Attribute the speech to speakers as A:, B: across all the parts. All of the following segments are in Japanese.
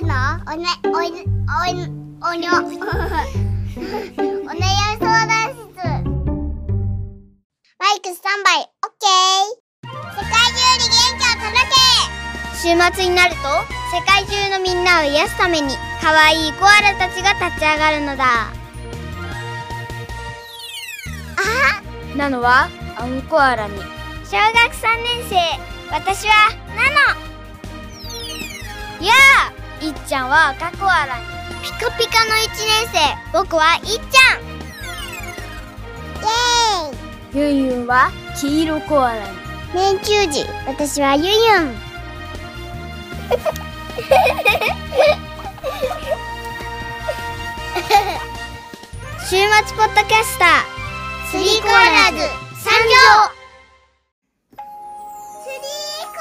A: るのおねおいおい おにょお悩み相談室マイクスタンバイオッケー世界中に元気を届け週末になると世界中のみんなを癒すために可愛いコアラたちが立ち上がるのだ
B: なのはアンコアラに
A: 小学3年生私はナノ
B: やあいっちゃんは赤コアラに
A: ピカピカの1年生僕はいっちゃんイエーイ
B: ユンユンは黄色コアラに
A: 年中時私はゆゆん週末ポッドキャスタースリーコアラーズ参上スリーコ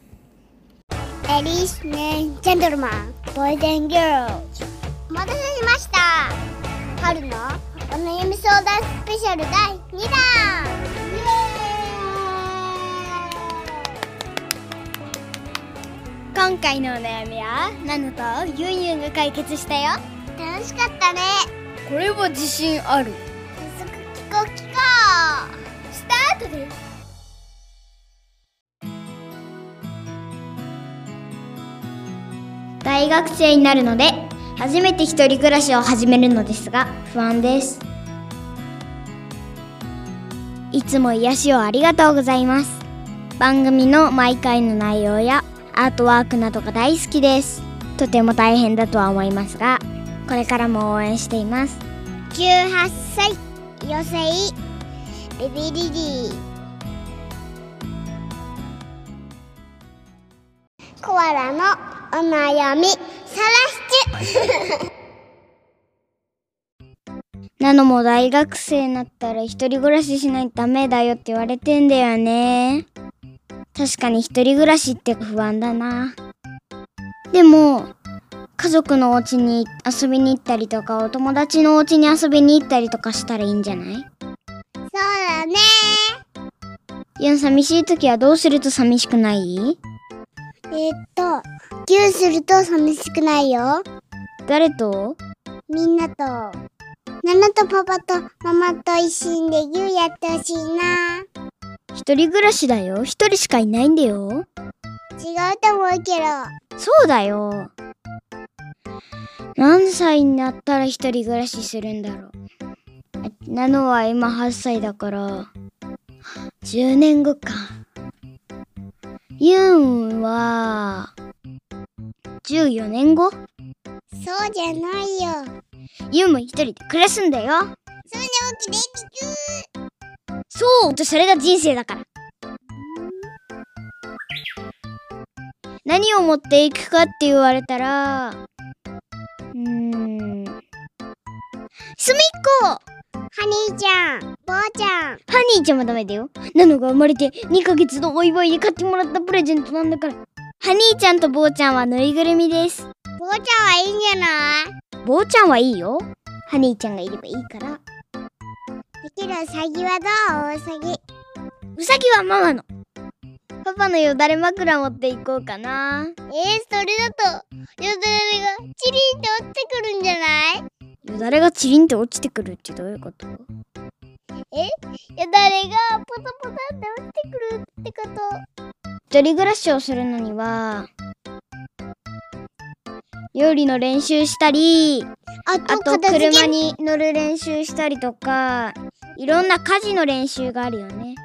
A: アラーズエリスネンジェントルマンボーイデンギョールお待たせしました春のお悩み相談スペシャル第2弾イ
B: 今回のお悩みはナノとユンユンが解決したよ
A: エーイ楽しかったね
B: これは自信ある
A: 早速聞こう聞こうスタートです
B: 大学生になるので初めて一人暮らしを始めるのですが不安ですいつも癒しをありがとうございます番組の毎回の内容やアートワークなどが大好きですとても大変だとは思いますがこれからも応援しています
A: 18歳余生ビビリリコアラのお悩みさらし中
B: なのも大学生になったら一人暮らししないとダメだよって言われてんだよね。確かに一人暮らしって不安だな。でも、家族のお家に遊びに行ったりとか、お友達のお家に遊びに行ったりとかしたらいいんじゃない
A: そうだね
B: ユン寂しい時はどうすると寂しくない
A: えーっとギューすると寂しくないよ
B: 誰と
A: みんなとナナとパパとママと一心でギューやってほしいな
B: 一人暮らしだよ。一人しかいないんだよ。
A: 違うと思うけど
B: そうだよ。何歳になったら一人暮らしするんだろう。えナノは今8歳だから、10年後か。ユンは、14年後
A: そうじゃないよ
B: ユンも一人で暮らすんだよ。
A: そんなわけできる
B: そうとそれが人生だから。何を持っていくかって言われたら、うーん。すみっこ
A: ハニーちゃん、ボーちゃん、
B: ハニーちゃんはダメだよ。ナノが生まれて2ヶ月のお祝いで買ってもらったプレゼントなんだから。ハニーちゃんとボーちゃんはぬいぐるみです。
A: ボーちゃんはいいんじゃない
B: ボーちゃんはいいよ。ハニーちゃんがいればいいから。
A: できるウサギはどうウサギ。
B: ウサギはママの。パパのよだれ枕持っていこうかな。
A: えー、それだと、よだれがチリンって落ちてくるんじゃないよ
B: よだれがチリンって落ちてくるってどういうこと
A: だれがポタポタって落ちてくるってこと。
B: 一人暮らしをするのには、料理の練習したり、
A: あ
B: あと車に乗る練習したりとか、いろんな家事の練習があるよね。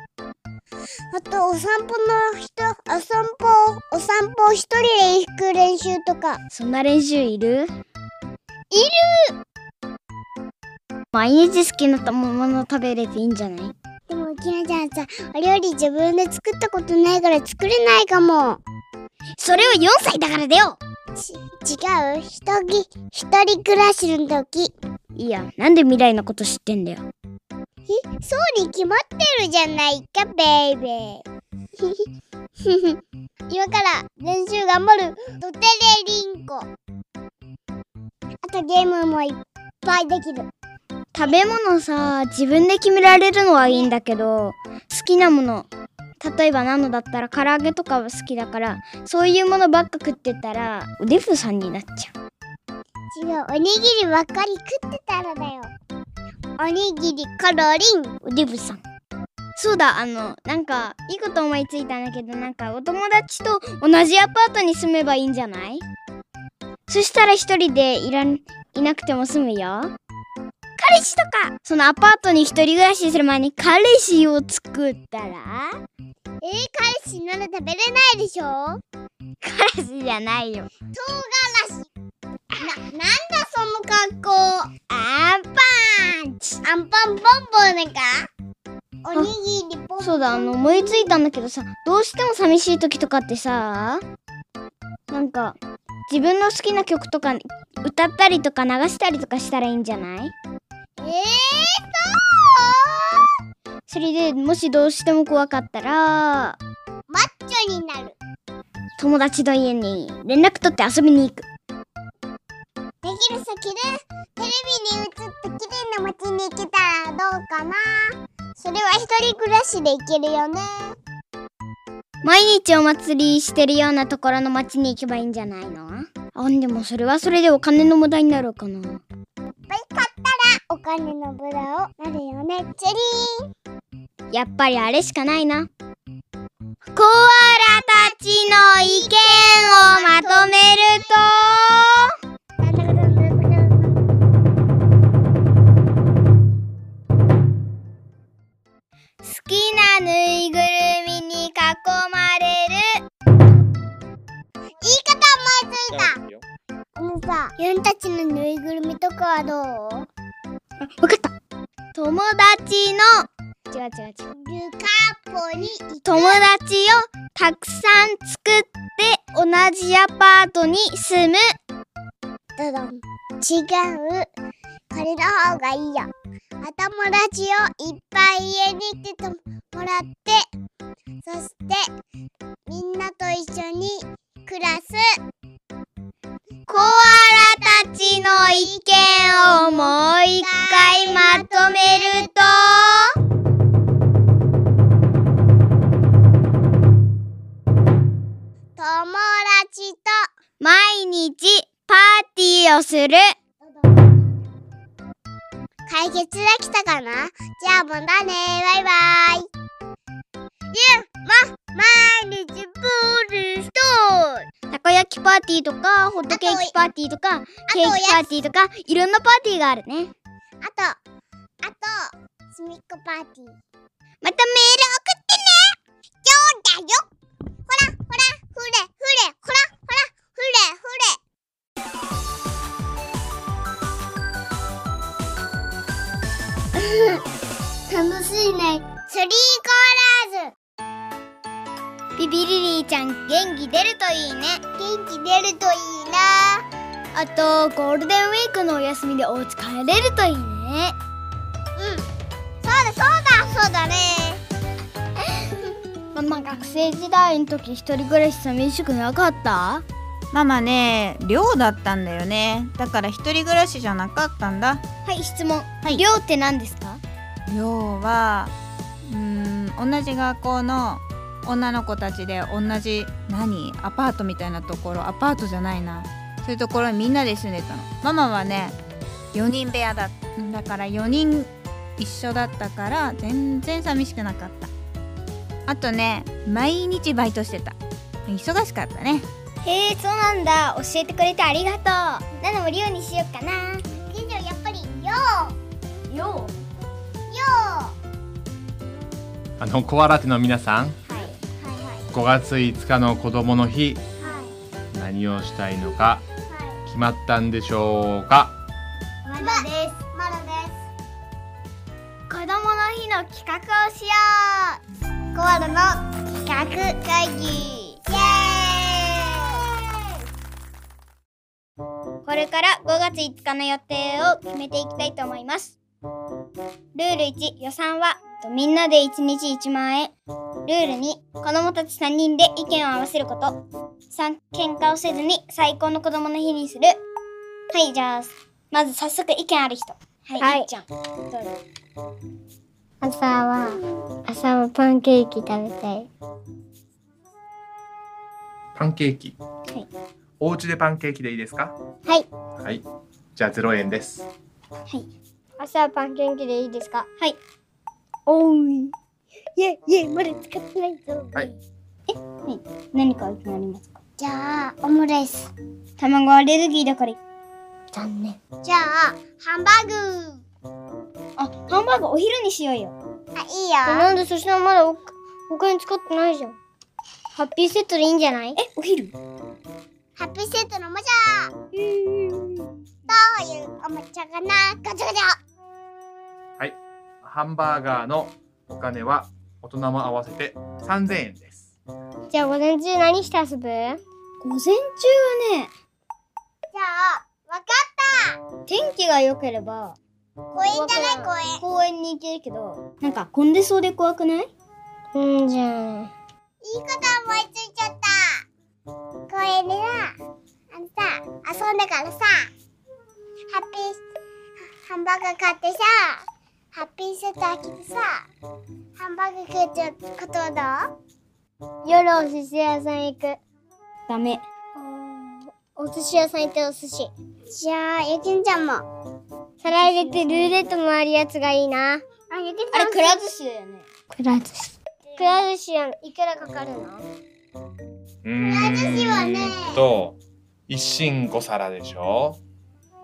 A: あと、お散歩の人、お散歩、お散歩を一人で行く練習とか。
B: そんな練習いるいる毎日好きなもの食べれていいんじゃない
A: でも、きなちゃんさ、お料理自分で作ったことないから作れないかも。
B: それは4歳だからだよ
A: ち違う一人、一人暮らしの時。
B: いいや、なんで未来のこと知ってんだよ。
A: え、そうに決まってるじゃないか、ベイベー。 今から練習頑張るドテレリンコ。あとゲームもいっぱいできる。
B: 食べ物さ、自分で決められるのはいいんだけど、好きなもの、例えばナノだったら唐揚げとかは好きだからそういうものばっか食ってたらおデブさんになっちゃう
A: 違うおにぎりばっかり食ってたらだよおにぎりコロリン
B: おデブさんそうだあのなんかいいこと思いついたんだけどなんかお友達と同じアパートに住めばいいんじゃないそしたら一人でいらんいなくても住むよ彼氏とかそのアパートに一人暮らしする前に彼氏を作ったら
A: えー、彼氏なら食べれないでしょ
B: 彼氏じゃないよ
A: 唐辛子な、なんだその格好アンパンチアンパンボンボンなんかおにぎりボンボン
B: そうだあの思いついたんだけどさどうしても寂しい時とかってさなんか自分の好きな曲とか歌ったりとか流したりとかしたらいいんじゃない
A: えー、
B: それでもしどうしても怖かったら
A: そうマッチョになる
B: 友達の家に連絡取って遊びに行く
A: できるさきれテレビに映って綺麗な街に行けたらどうかなそれは一人暮らしで行けるよね
B: 毎日お祭りしてるようなところの町に行けばいいんじゃないのあでもそれはそれでお金の無駄になるかな
A: っ
B: い
A: ぱい買ったらお金の無駄をなるよねチェリー
B: やっぱりあれしかないな
A: コアラたちの意見をまとめると
B: 好きなぬいぐるみに囲まれる
A: 言い方思いついたあのさユンたちのぬいぐるみとかはどう
B: わかった友達の違う違う違う
A: ルカポに行く
B: 友達をたくさん作って同じアパートに住む
A: どどん違うこれの方がいいよお友達をいっぱい家に来てもらってそしてみんなと一緒に暮らす
B: コアラたちの意見をもう一回まとめると
A: 友達と
B: 毎日パーティーをする
A: 解決できたかなじゃあもうだねバイバイゆうま毎日プールしと
B: たこ焼きパーティーとかホットケーキパーティーとかケーキパーティーとかいろんなパーティーがあるね
A: あとあとすみっこパーティー
B: またメール送って
A: そうだよほらほらふれふれほらほらふれふれ 楽しいねスリーコーラーズ
B: ビビリリーちゃん元気出るといいね
A: 元気出るといいな
B: あとゴールデンウィークのお休みでお家帰れるといい
A: うんそうだ
B: ね
A: そうだそうだね
B: ママ学生時代の時一人暮らし寂しくなかった
C: ママね寮だったんだよねだから一人暮らしじゃなかったんだ
B: はい質問、寮って何ですか
C: 寮はうーん同じ学校の女の子たちで同じ何アパートみたいなところアパートじゃないなそういうところにみんなで住んでたのママはね4人部屋だうんだから4人一緒だったから全然寂しくなかったあとね毎日バイトしてた忙しかったね
B: へえそうなんだ教えてくれてありがとうなのも寮にしようかな
A: 近所やっぱりよ
B: 寮
D: あのコアラテの皆さ
A: は
D: ん
A: いはいはい
D: 5月5日の子どもの日
A: はい
D: 何をしたいのか
A: はい
D: 決まったんでしょうか
A: まだです。まだです。
B: 子供の日の企画をしよ
A: コアラの企画会議。イエ
B: うこれから5月5日の予定を決めていきたいと思いますルール1予算はとみんなで1日1万円ルール2子供たち3人で意見を合わせること3喧嘩をせずに最高の子供の日にするはいじゃあまず早速意見ある人はい、
A: はい
B: いっちゃんどうぞ朝は朝はパンケーキ食べたい
D: パンケーキ。
B: はい
D: お家でパンケーキでいいですか
B: はい
D: はい。じゃあ0円です。
B: 朝はパンケーキでいいですかはい
A: おい。いえいえ、まだ使ってないぞ。
D: はい。
B: 何か気になりますか
A: じゃあ、オムライス。
B: 卵アレルギーだから残念
A: じゃあ、ハンバーグ。
B: あハンバーグお昼にしようよ
A: あ、いいよ。
B: なんでそしたらまだお他に使ってないじゃんハッピーセットでいいんじゃないえお昼
A: ハッピーセットのおもちゃ。どういうおもちゃかなガチャガチャ。
D: はい。ハンバーガーのお金は大人も合わせて3000円です。
B: じゃあ午前中何して遊ぶ午前中はね
A: じゃあ、わかっ
B: 天気が良ければ
A: た。公園じゃない公園。
B: 公園に行けるけどなんか混んでそうで怖くないうんじゃ
A: い
B: あ
A: いこと思いついちゃった。公園でさ、あのさ、遊んだからさ、ハッピー、ハンバーガー買ってさ、ハッピーセット開けてさ、ハンバーガー食うってことはどう
B: 夜お寿司屋さん行くダメお寿司屋さん行ってお寿司
A: じゃあ、ゆきんちゃんも。あ、
B: 皿入れてルーレット回るやつがいいな
A: ゆきんち
B: あ
A: ゃん
B: れくら寿司だよねくら寿司くら寿司やんいくらかかるの
D: うーんと、一心5皿でしょ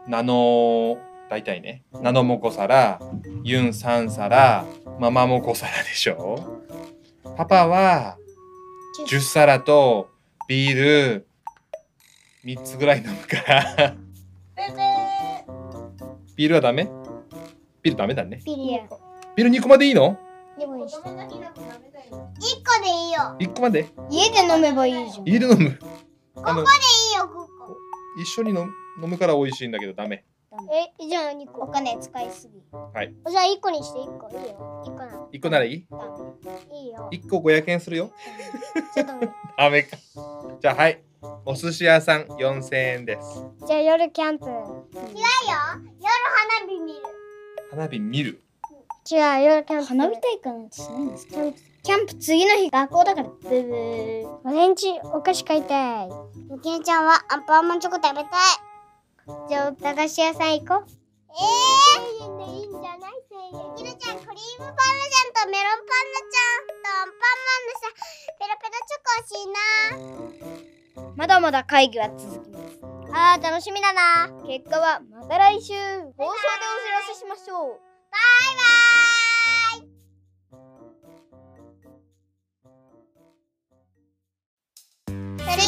D: ナノ、大体ね。ナノも5皿、ユン3皿、ママも5皿でしょパパは10皿とビール3つぐらい飲むから。ビールはダメビールダメだね。
B: ビリヤ
D: ビール2個までいいの
B: でもいいし
A: 一個でいいよ。
D: ?1 個まで
B: 家で飲めばいいじゃん
D: 家で飲む。あの、
A: いいよ、ここ。
D: 一緒に飲む飲むから美味しいんだけどダメ。
B: えじゃあ二個お金使いすぎ
D: はい
B: じゃあ一個にして一個いいよ一個なの
D: 1個ならいい
B: いいよ
D: ?1 個500円するよ。
B: ちょっと 待って
D: ダメか。じゃあはい。お寿司屋さん4000円です。
B: じゃあ夜キャンプ
A: だよ。夜花火見る。
D: 花火見る。
B: 違う夜キャンプ花火大会なんてしないんですかキャンプ次の日学校だからブブー午前中お菓子買いたい
A: ゆきんちゃんはアンパンマンチョコ食べたい。
B: じゃあ駄菓子屋さん行こう
A: ええー、いいんじゃないゆきのちゃん、クリームパンナちゃんとメロンパンナちゃんとアンパンマンのさ、ペロペロチョコ欲しいな。
B: まだまだ会議は続きますあー楽しみだな結果はまた来週放送でお知らせしましょう
A: バイバーイスリーコアラズ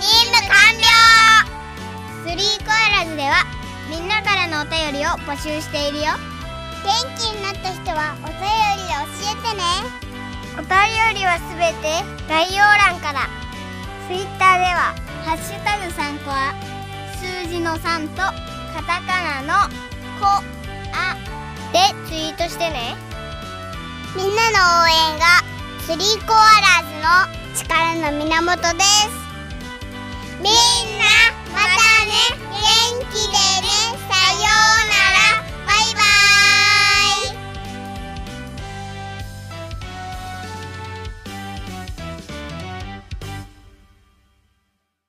A: 任務完了
B: スリーコアラズではみんなからのお便りを募集しているよ
A: 元気になった人はお便りで教えてね
B: お便りはすべて概要欄からツイッターでは「ハッシュタグ参考は数字の3とカタカナの「こ」「あ」でツイートしてね
A: みんなの応援がスリーコアラーズの力の源ですみんな